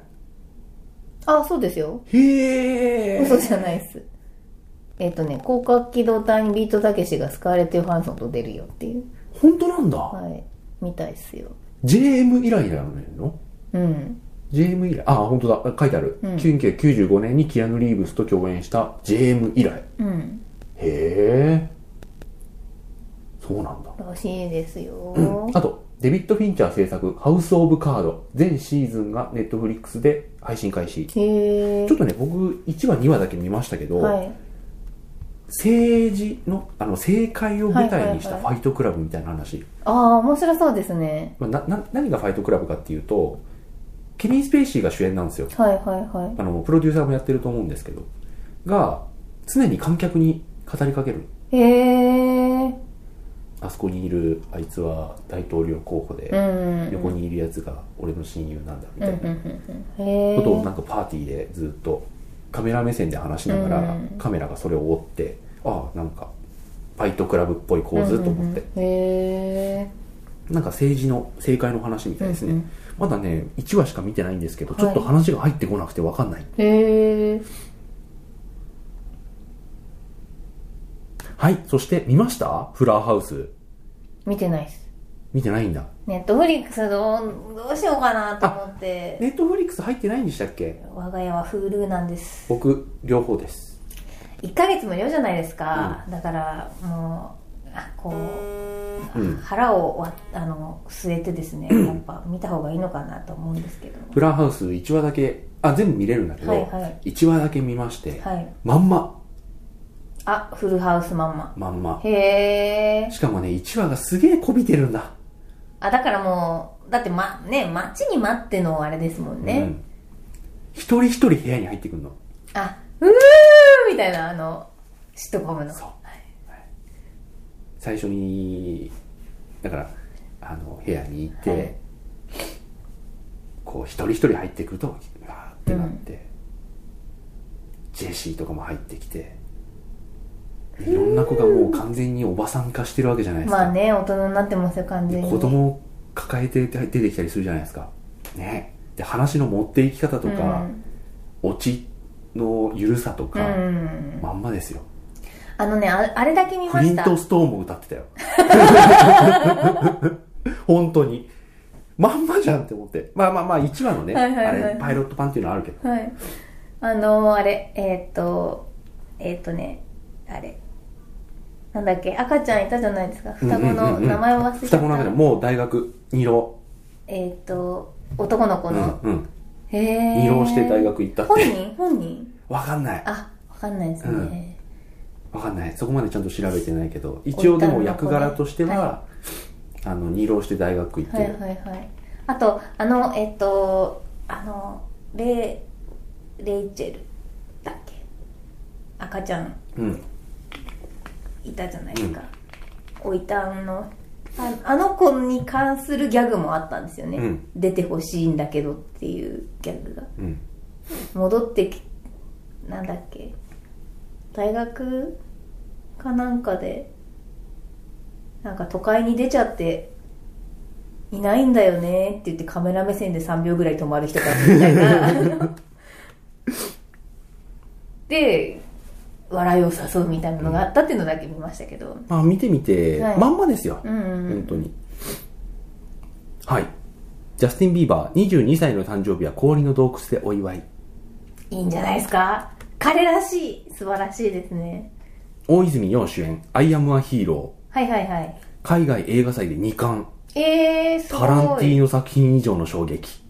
S2: あそうですよ
S1: へ
S2: 嘘
S1: ー。
S2: じゃないっすえっ、とね広角機動隊にビートたけしがスカーレット・ヨハンソンと出るよっていう
S1: 本当なんだ。
S2: はいみたいっすよ
S1: JM 以来だよねの
S2: うん
S1: ?JM 以来。あ、本当だ。書いてある。
S2: うん
S1: 1995年にキアヌ・リーブスと共演した JM 以来。
S2: うん
S1: へー。そうなんだ。
S2: らしいですよ、
S1: あと、デビッド・フィンチャー制作、ハウス・オブ・カード。全シーズンが Netflix で配信開始。
S2: へえ
S1: ちょっとね、僕、1話、2話だけ見ましたけど、
S2: はい
S1: 政治の、あの、政界を舞台にした
S2: はい
S1: フ
S2: は
S1: ァイトクラブみたいな話。
S2: ああ面白そうですね
S1: まあなな何がファイトクラブかっていうと、ケビン・スペイシーが主演なんですよ。
S2: はいはいはい
S1: あの、プロデューサーもやってると思うんですけど、が、常に観客に語りかける。
S2: へえ
S1: あそこにいる、あいつは大統領候補で、
S2: うん
S1: 横にいるやつが俺の親友なんだ、みた
S2: うんう
S1: い
S2: ん
S1: な
S2: うんうんへえ
S1: ことをなんかパーティーでずっとカメラ目線で話しながら
S2: うん、
S1: カメラがそれを追って、ああ、なんか、ファイトクラブっぽい構図と思って、
S2: うんうんうんへえ
S1: なんか政治の政界の話みたいですね、
S2: うんうん
S1: まだね1話しか見てないんですけど、
S2: はい
S1: ちょっと話が入ってこなくて分かんない
S2: へえ
S1: はいそして見ましたフラーハウス
S2: 見てないっす
S1: 見てないんだ
S2: ネットフリックスどうどうしようかなと思って、
S1: ネットフリックス入ってないんでしたっけ
S2: 我が家は Hulu なんです
S1: 僕両方です
S2: 1ヶ月無料じゃないですか、だからもうあこう、
S1: うん
S2: 腹を割あの据えてです ねやっぱ見た方がいいのかなと思うんですけど
S1: フラーハウス1話だけあ全部見れるんだけど、
S2: はいはい
S1: 1話だけ見まして、
S2: はい
S1: まんま
S2: あフルハウスマンマ
S1: まんま
S2: へえ
S1: しかもね1話がすげえこびてるんだ
S2: あだからもうだってまね待ちに待ってのあれですもんね、
S1: うん、一人一人部屋に入ってくるの
S2: あうーみたいなあのシットコムの
S1: そう最初にだからあの部屋に行って、
S2: はい
S1: こう一人一人入ってくるとうわーってなって、ジェシーとかも入ってきてでいろんな子がもう完全におばさん化してるわけじゃないですか、
S2: まあね大人になってますよ完
S1: で
S2: 全に
S1: 子供を抱えて出てきたりするじゃないですかねで話の持っていき方とか、オチの緩さと
S2: うん、
S1: か、
S2: うん
S1: まんまですよ
S2: あのねあ、あれだけ見
S1: ク
S2: ま
S1: リ
S2: し
S1: ン
S2: た。
S1: ト・ストーンも歌ってたよ。 本当に。まんまじゃんって思って。まあまあまあ、1話のね、
S2: はいはいはい
S1: あれ、パイロット版っていうのはあるけど。
S2: はい。あのあれ、えーっと、えーっとね、あれ。なんだっけ、赤ちゃんいたじゃないですか。双子
S1: うんうん
S2: の
S1: うんうん
S2: 名前を忘れちゃった。
S1: 双子の中でもう大学2浪。
S2: えーっと、男の子
S1: う
S2: の
S1: ん。うん。
S2: へえ。
S1: 二浪して大学行ったって
S2: 本人本人
S1: わかんない。
S2: あ、わかんないですね。
S1: わかんない。そこまでちゃんと調べてないけど、一応でも役柄としては、あの、二浪して大学行っ
S2: は
S1: て
S2: い
S1: る。
S2: はいはい。あとあのえっとあのレイレイチェルだっけ赤ちゃん
S1: うん
S2: いたじゃないですか、おいたんのああの子に関するギャグもあったんですよね、
S1: うん
S2: 出てほしいんだけどっていうギャグが
S1: うん
S2: 戻ってきなんだっけ大学かなんかでなんか都会に出ちゃっていないんだよねって言ってカメラ目線で3秒ぐらい止まる人たちみたいなあの で笑いを誘うみたいなのがあったっていうのだけ見ましたけど、
S1: まあ見てみて、
S2: はい
S1: まんまですよ、
S2: うんうん
S1: 本当にはいジャスティン・ビーバー22歳の誕生日は氷の洞窟でお祝い
S2: いいんじゃないですか彼らしい素晴らしいですね
S1: 大泉洋主演「アイ・アム・ア・ヒーロー
S2: はいはいはい」
S1: 海外映画祭で2冠
S2: えー、すごい
S1: タランティーノ作品以上の衝撃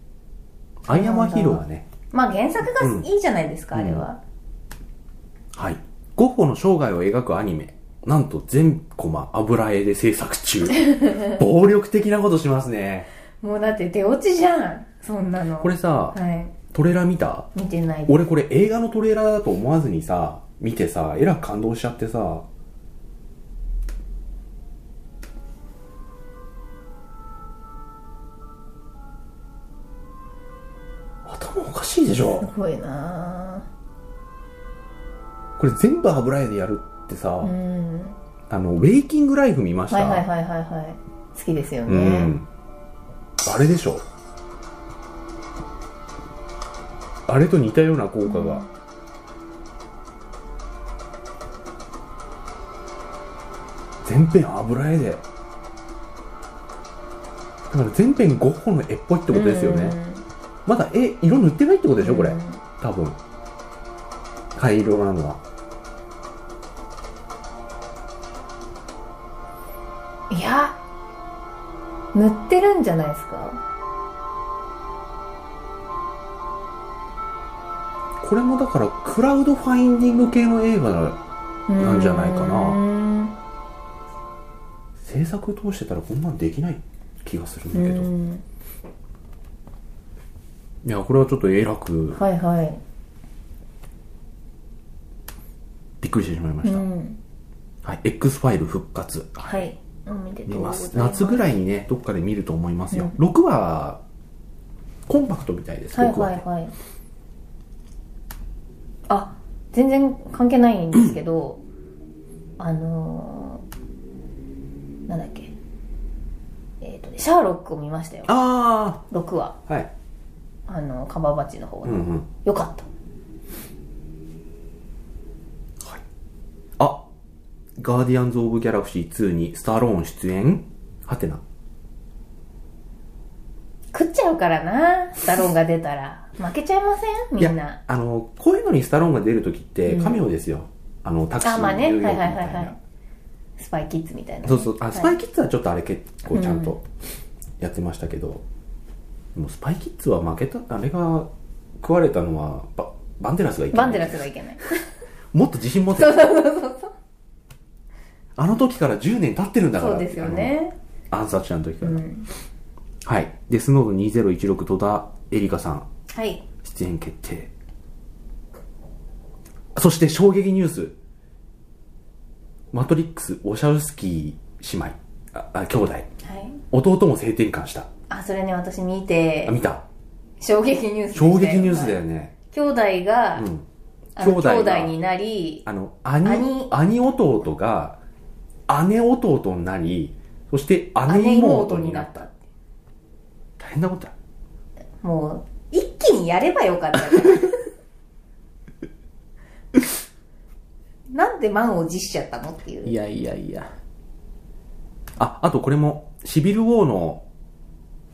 S1: アイ・アム・ア・ヒーローはね
S2: まあ原作がいいじゃないですか、
S1: うん
S2: あれは。
S1: はい。ゴッホの生涯を描くアニメ。なんと全コマ油絵で制作中。暴力的なことしますね。
S2: もうだって出落ちじゃん、そんなの。
S1: これさ、
S2: はい。
S1: トレーラー見た
S2: 見てないです。
S1: 俺これ映画のトレーラーだと思わずにさ、見てさ、えらく感動しちゃってさ。頭おかしいでしょ
S2: すごいな
S1: これ全部油絵でやるってさ、
S2: ぁ。うん。
S1: あの、ウェイキングライフ見ました。
S2: はいはいはいはいはい。好きですよ
S1: う
S2: ね。
S1: ん。あれでしょあれと似たような効果が。全編油絵で。だから全編ゴッホの絵っぽいってことですよね。まだ絵、色塗ってないってことでしょこれ
S2: うん。
S1: 多分。灰色なのは。
S2: いや、塗ってるんじゃないですか。
S1: これもだからクラウドファインディング系の映画だなんじゃないかな
S2: うん
S1: 制作通してたらこんなんできない気がするん
S2: う
S1: だけど、
S2: ん。
S1: いやこれはちょっとえらく
S2: はいはい。
S1: びっくりしてしまいました、
S2: うん。
S1: はい、X ファイル復活
S2: はい。おめでとう
S1: 見
S2: ございま。
S1: ますす夏ぐらいにねどっかで見ると思いますよ、6話コンパクトみたいです
S2: はい
S1: 6
S2: は
S1: 話
S2: いはいあ全然関係ないんです けどあのー、なんだっけえっ、とねシャーロックを見ましたよ
S1: あ
S2: 6話
S1: あはい
S2: あのカバーバッチの方
S1: う
S2: が、
S1: んうん
S2: よかった
S1: あガーディアンズ・オブ・ギャラクシー2にスタローン出演はてな
S2: 食っちゃうからなスタローンが出たら負けちゃいません
S1: い
S2: みん
S1: や
S2: な
S1: あのこういうのにスタローンが出るときってカメオですよ、あのタクシー
S2: あまあ
S1: のニ
S2: ね
S1: ューヨークみた
S2: はいい
S1: な、
S2: はいはいはいスパイキッズみたいな
S1: そうそう、あ、
S2: はい
S1: スパイキッズはちょっとあれ結構ちゃんとやってましたけど、でもスパイキッズは負けた、あれが食われたのはバ、バンデラスがいけな
S2: バ
S1: い
S2: ンデラスがいけない
S1: もっと自信持って。あの時から10年経ってるんだから
S2: そうですよね
S1: あの暗殺者の時から、はいデスノード2016戸田恵梨香さん
S2: はい
S1: 出演決定そして衝撃ニュース「マトリックス・ウォシャウスキー姉妹ああ兄弟
S2: はい
S1: 弟も性転換した
S2: あそれね私見て
S1: あ見た
S2: 衝撃ニュースでしたよ
S1: 衝撃ニュースだよね、
S2: 兄弟が、
S1: うん
S2: あ
S1: 兄
S2: の兄
S1: 弟が
S2: 弟になり
S1: あの兄兄
S2: 兄
S1: 弟が姉弟になりそして姉
S2: 姉
S1: 妹
S2: 妹
S1: に
S2: に
S1: な
S2: な
S1: っ
S2: ったた
S1: 大変なことだ
S2: もう一気にやればよか ったからなんで満を持しちゃったのっていう
S1: やいやいやああとこれもシビル・ウォーの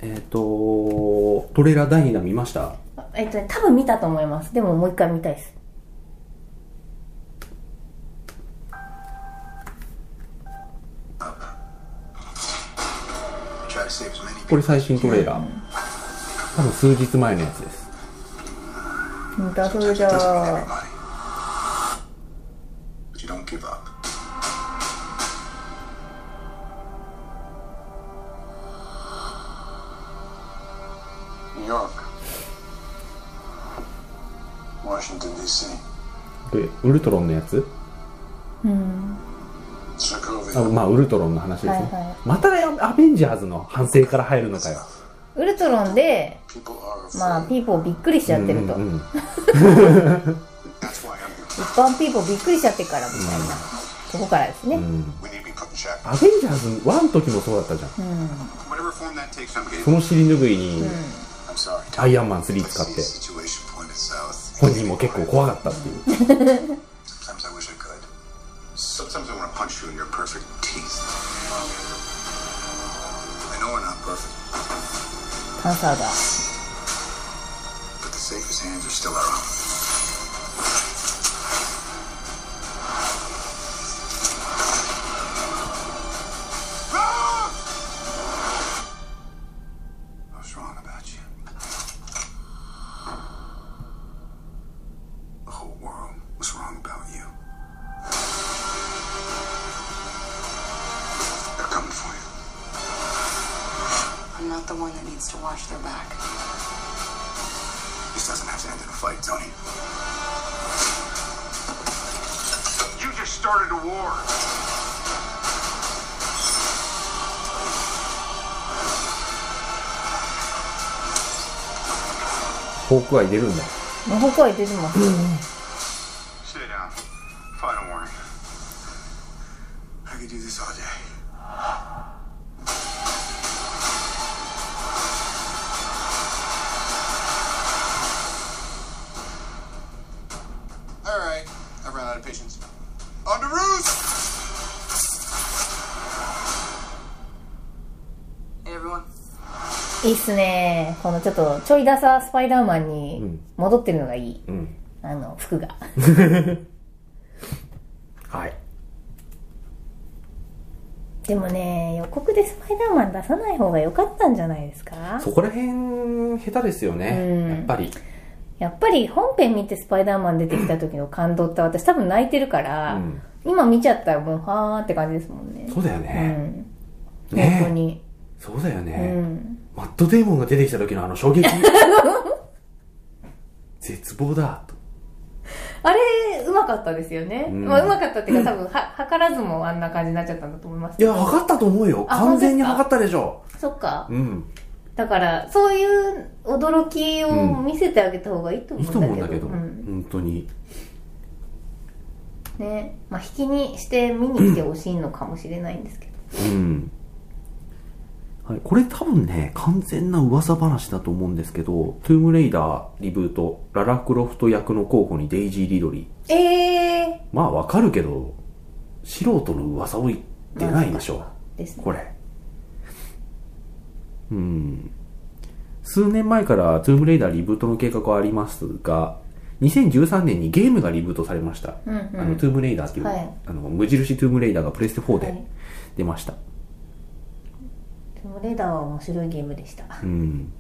S1: えっ、とトレーラー第2弾見ました
S2: えっとね多分見たと思いますでももう一回見たいです
S1: これ最新トレーラー多分数日前のやつです
S2: 見たそうじゃあ
S5: But you don't give up. Washington, D.C.,
S1: でウルトロンのやつあ
S5: Sokovia.
S1: まあウルトロンの話ですね、
S2: はいはい
S1: またアベンジャーズの反省から入るのかよ
S2: ウルトロンで、
S5: People are afraid.
S2: まあ、ピーポーびっくりしちゃってると。
S1: うんう んうん
S5: That's why I'm here.
S2: 一般ピーポーびっくりしちゃってからみたいな、とこからですね、
S5: We need to be put in check.
S1: アベンジャーズ1の時もそうだったじゃん、
S5: Whatever form that takes, I'm
S1: そ
S5: getting.
S1: の尻拭いに
S5: I'm sorry.
S1: アイアンマン3
S5: I
S1: 使っ
S5: see
S1: て
S5: the situation pointed south.
S1: 本人も結構怖かったっていう
S5: Sometimes I wish I could. Sometimes I want to punch you in your perfect teeth. I know we're not perfect,
S2: パンサーが。
S5: but the safest hands are still our own. I was wrong about you. The whole world was wrong about you. They're coming for you.
S6: I'm not the one that needs to watch their back.
S5: This doesn't have to end in a fight, Tony. You just started a war.
S1: 「フォークアイ出るんだ
S2: 魔法声出てます。
S5: Sit down. Final warning. I could do this all day. All right, I ran out of patience. On the roof.
S6: Hey, everyone.
S2: いいっすねこのちょっと、ちょいダサスパイダーマンに戻ってるのがいい。
S1: ん
S2: あの、服が。
S1: はい
S2: でもね、予告でスパイダーマン出さない方が良かったんじゃないですか
S1: そこら辺下手ですよねやっぱり
S2: やっぱり本編見てスパイダーマン出てきた時の感動って私多分泣いてるから、
S1: うん
S2: 今見ちゃったらもうはーって感じですもんね。
S1: そうだよね、
S2: うん。
S1: ね
S2: 本当に。
S1: そうだよ
S2: う
S1: ね、
S2: ん。
S1: マットデーモンが出てきた時のあの衝 撃絶望だと
S2: あれ、うまかったですよね。
S1: ん
S2: まあ、うまかったっていうか多分は、図らずもあんな感じになっちゃったんだと思います
S1: い。や測ったと思うよ
S2: あ
S1: 完全に
S2: 本当
S1: 測
S2: で
S1: ったでしょ
S2: そっか。
S1: うん
S2: だから、そういう驚きを見せてあげた方がいいと
S1: いい
S2: 思
S1: と思う
S2: うんんだ
S1: だ
S2: け
S1: け
S2: ど。
S1: ど、
S2: うん
S1: 本当に
S2: ね。まあ、引きにして見に来てほしいのかもしれないんですけど。
S1: うん、はい、これ多分ね完全な噂話だと思うんですけど「トゥームレイダー」リブートララ・クロフト役の候補にデイジー・リドリー
S2: ええ
S1: まあわかるけど素人の噂を言ってないでしょ
S2: ーですね。
S1: これうん数年前から「トゥームレイダー」リブートの計画はありますが2013年にゲームがリブートされました「
S2: うんうん
S1: あのトゥームレイダー」っていう、
S2: はい
S1: あの無印トゥームレイダーがプレステ4
S2: は
S1: で
S2: い
S1: 出ました、
S2: でもレーダーは面白いゲームでした。
S1: うん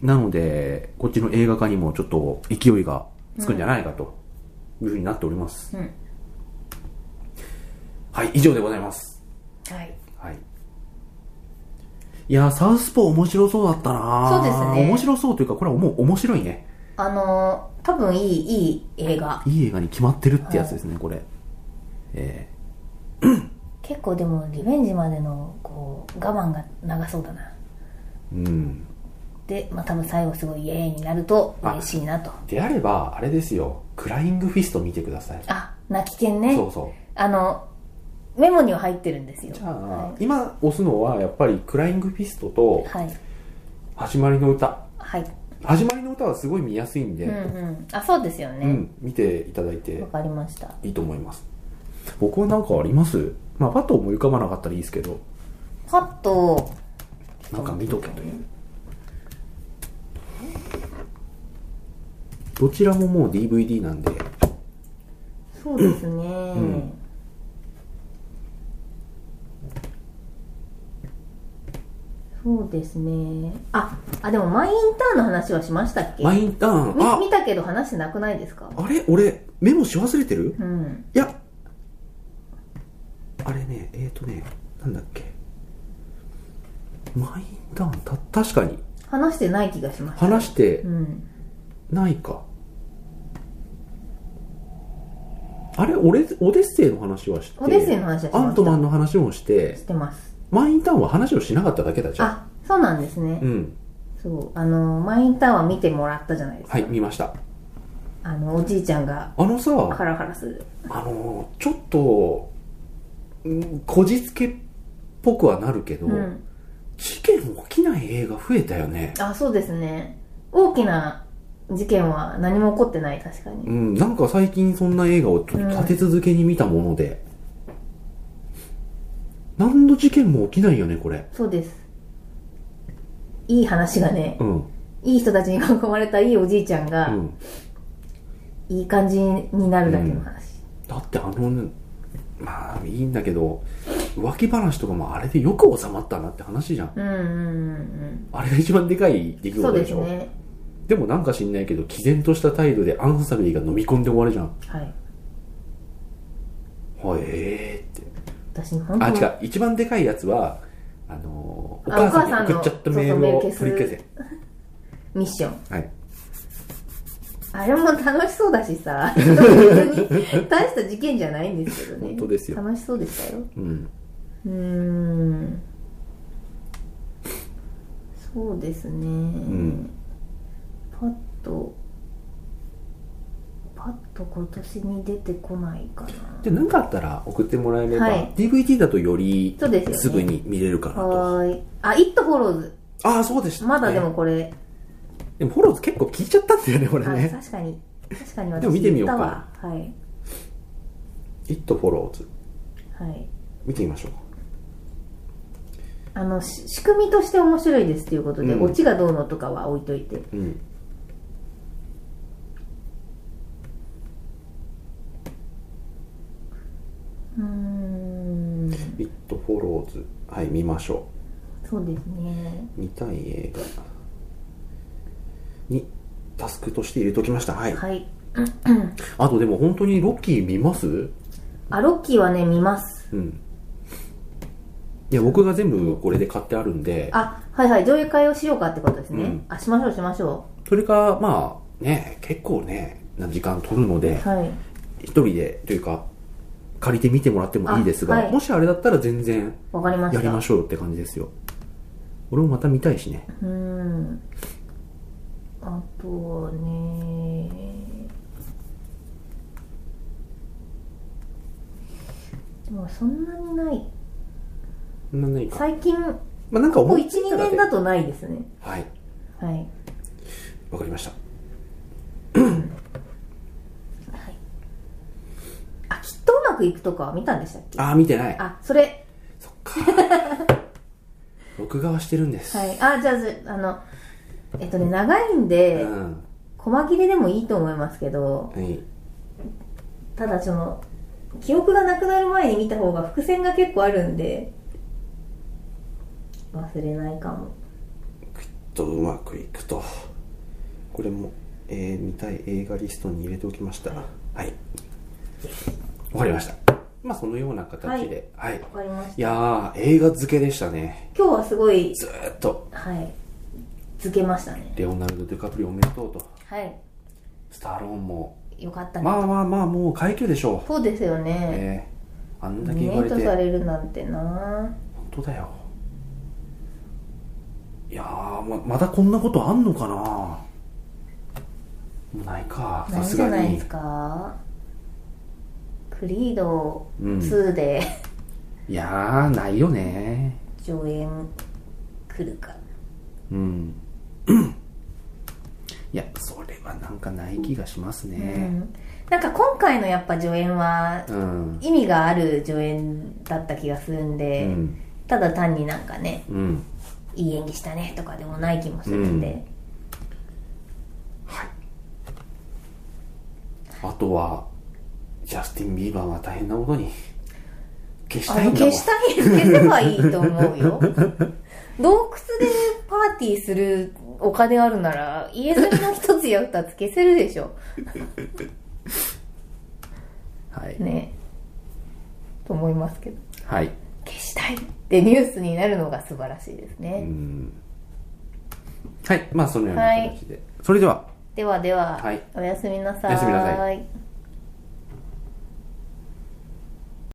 S1: なのでこっちの映画化にもちょっと勢いがつくんじゃないかというふうになっております、
S2: うん
S1: はい以上でございます
S2: はい。
S1: はい。いやー、サウスポー面白そうだったなー
S2: そうですね
S1: 面白そうというか、これはもう面白いね。
S2: あのー、多分いい、いい映画。
S1: いい映画に決まってるってやつですね、これ。え
S2: 結構でも、リベンジまでの、こう、我慢が長そうだな。
S1: ーうん。
S2: で、まあ多分最後すごいイエーイになると嬉しいなと。
S1: であれば、あれですよ、クライングフィスト見てください。
S2: あ、泣き犬ね。
S1: そうそう。
S2: あの、メモには入ってるんですよ。
S1: じゃあ、
S2: は
S1: 今押すのは、やっぱりクライングフィストと
S2: い。、はい。
S1: 始まりの歌。
S2: はい。
S1: 始まりの歌はすごい見やすいんで、
S2: うんうん。あ、そうですよ
S1: うん、
S2: ね。
S1: 見ていただい
S2: わ、
S1: て
S2: かりました。
S1: いいと思います。僕はなんかありますまあ、パッと思い浮かばなかったらいいですけど、
S2: パッと、
S1: なんか見とけという。どちらももう DVD なんで、
S2: そうですね。
S1: ん
S2: そうですね。あ、あ、でもマイインターンの話はしましたっけ
S1: マインターン、あ
S2: み見たけど話してなくないですか
S1: あれ俺、メモし忘れてる
S2: うん。
S1: いや、あれね、えーとね、なんだっけ。マインターン、た、確かに、
S2: 話してない気がしました。
S1: 話して
S2: うん。
S1: ないか。あれ俺オデッセイの話はして
S2: オデッセイの話はしました
S1: アントマンの話もして
S2: してます
S1: マインターンは話をしなかっただけだじゃん
S2: あそうなんですね、
S1: うん
S2: そうあのマインターンは見てもらったじゃないですか、
S1: はい見ました
S2: あのおじいちゃんが
S1: あのさ
S2: ハラハラする
S1: あのちょっとうんこじつけっぽくはなるけど、
S2: うん
S1: 事件起きない映画増えたよね
S2: あそうですね大きな事件は何も起こってない確かに
S1: うん、なんか最近そんな映画を
S2: うん
S1: 立て続けに見たもので、何の事件も起きないよねこれ
S2: そうですいい話がね
S1: うん
S2: いい人たちに囲まれたいいおじいちゃんが、
S1: うん
S2: いい感じになるだけの話、
S1: だってあのねまあいいんだけど浮気話とかもあれでよく収まったなって話じゃん
S2: うん、うんうん
S1: あれが一番でかい出来
S2: うんそ
S1: 事
S2: うで
S1: でし
S2: す
S1: ょ
S2: ね
S1: でもなんか知んないけど毅然とした態度でアンサビーが飲み込んで終わるじゃん
S2: は
S1: は
S2: い
S1: いえーって
S2: 私本当
S1: あ
S2: に
S1: 違う一番でかいやつはあのーお
S2: あ
S1: 母さんに
S2: お母さんの
S1: 送っちゃったメールを
S2: そうそう
S1: 取
S2: メー
S1: り消
S2: ル消す
S1: せ
S2: ミッション
S1: はい
S2: あれも楽しそうだ しさ別に大した事件じゃないんですけどね
S1: 本当ですよ
S2: 楽しそうでしたよ
S1: うん
S2: うーんそうですね、
S1: ん
S2: パッとパッと今年に出てこないかな
S1: で、何かあったら送ってもらえれば、
S2: はい
S1: DVD だとより
S2: そうですよね
S1: すぐに見れるかなと。
S2: はーいあ「イットフォローズ
S1: ああ、そうでし」た、
S2: まだでも。これ、
S1: でもフォローズ結構聞いちゃったんだよね、これ
S2: あ
S1: ね。
S2: 確かに確かに私
S1: でも見てみようか
S2: 言ったわはい
S1: イットフォローズ。
S2: はい
S1: 見てみましょう。
S2: あのし仕組みとして面白いですということで、
S1: うん
S2: オチがどうのとかは置いといて
S1: うん。
S2: うーん
S1: イットフォローズ。はい、見ましょ
S2: そうですね
S1: う。見たい映画にタスクとして入れときました。はい。
S2: はい
S1: あとでも本当にロッキー見ます
S2: あロッキーはね見ます
S1: うん。いや、僕が全部これで買ってあるんで、
S2: あはいはい上映会をしようかってことですね、
S1: うん
S2: あしましょうしましょ
S1: それか、まあ、ね、結構ね、な時間取るので、
S2: うはい
S1: 一人でというか借りて見てもらってもいいですが、
S2: あはい
S1: もしあれだったら全然
S2: わかりました
S1: やりましょうよって感じですよ俺もまた見たいしね
S2: うーんあとはねでもそんなにない
S1: そんなないか、
S2: 最近
S1: まあ、なんか
S2: ここ
S1: 思いつい
S2: 12
S1: たら
S2: 年
S1: で
S2: だとないですね
S1: はい
S2: はい
S1: わかりました
S2: あきっとうまくいくとかは見たんでしたっけ
S1: ああ見てない
S2: あそれ
S1: そっか 録画はしてるんです、
S2: はいあじゃあずあのえっとね長いんで
S1: うん
S2: 細切れでもいいと思いますけど
S1: はい、
S2: ただその記憶がなくなる前に見た方が伏線が結構あるんで忘れないかも
S1: とうまくいくとこれも、えー見たい映画リストに入れておきましたはいわかりましたまあそのような形ではい、い
S2: わかりました
S1: やー映画漬けでしたね
S2: 今日はすごい
S1: ずーっと
S2: はいつけましたね
S1: レオナルド・デュカプリおめでとうと
S2: はい
S1: スタローンも
S2: よかったね、
S1: まあまあまあもう快挙でしょう
S2: そうですよね
S1: ええあんだけ
S2: ノミ
S1: 言われて
S2: ネートされるなんてな
S1: 本当だよいやーままだこんなことあんのかなもうないか
S2: な
S1: さ
S2: いん
S1: す
S2: じゃ
S1: が
S2: ないで
S1: に
S2: すかクリード
S1: うん
S2: 2で、
S1: いやーないよね
S2: 上演来るか
S1: うんいやそれはなんかない気がしますね
S2: なんか今回のやっぱ上演は
S1: うん
S2: 意味がある上演だった気がするん
S1: う
S2: で、
S1: ん
S2: ただ単になんかね
S1: うん
S2: いい演技したねとかでもない気もするんで、
S1: あとはジャスティン・ビーバーが大変なことに消した
S2: あ
S1: い
S2: の
S1: んだも
S2: 消
S1: ん
S2: したい消せばいいと思う よ洞窟でパーティーするお金あるなら家住みの一つや二つ消せるでしょ
S1: はい、
S2: ねと思いますけど
S1: はい
S2: 消したいってニュースになるのが素晴らしいですね、
S1: はいまあそのような
S2: はい
S1: 形で、それでは
S2: ではでは、
S1: はい
S2: おやすみなさ
S1: おやすみなさ
S2: い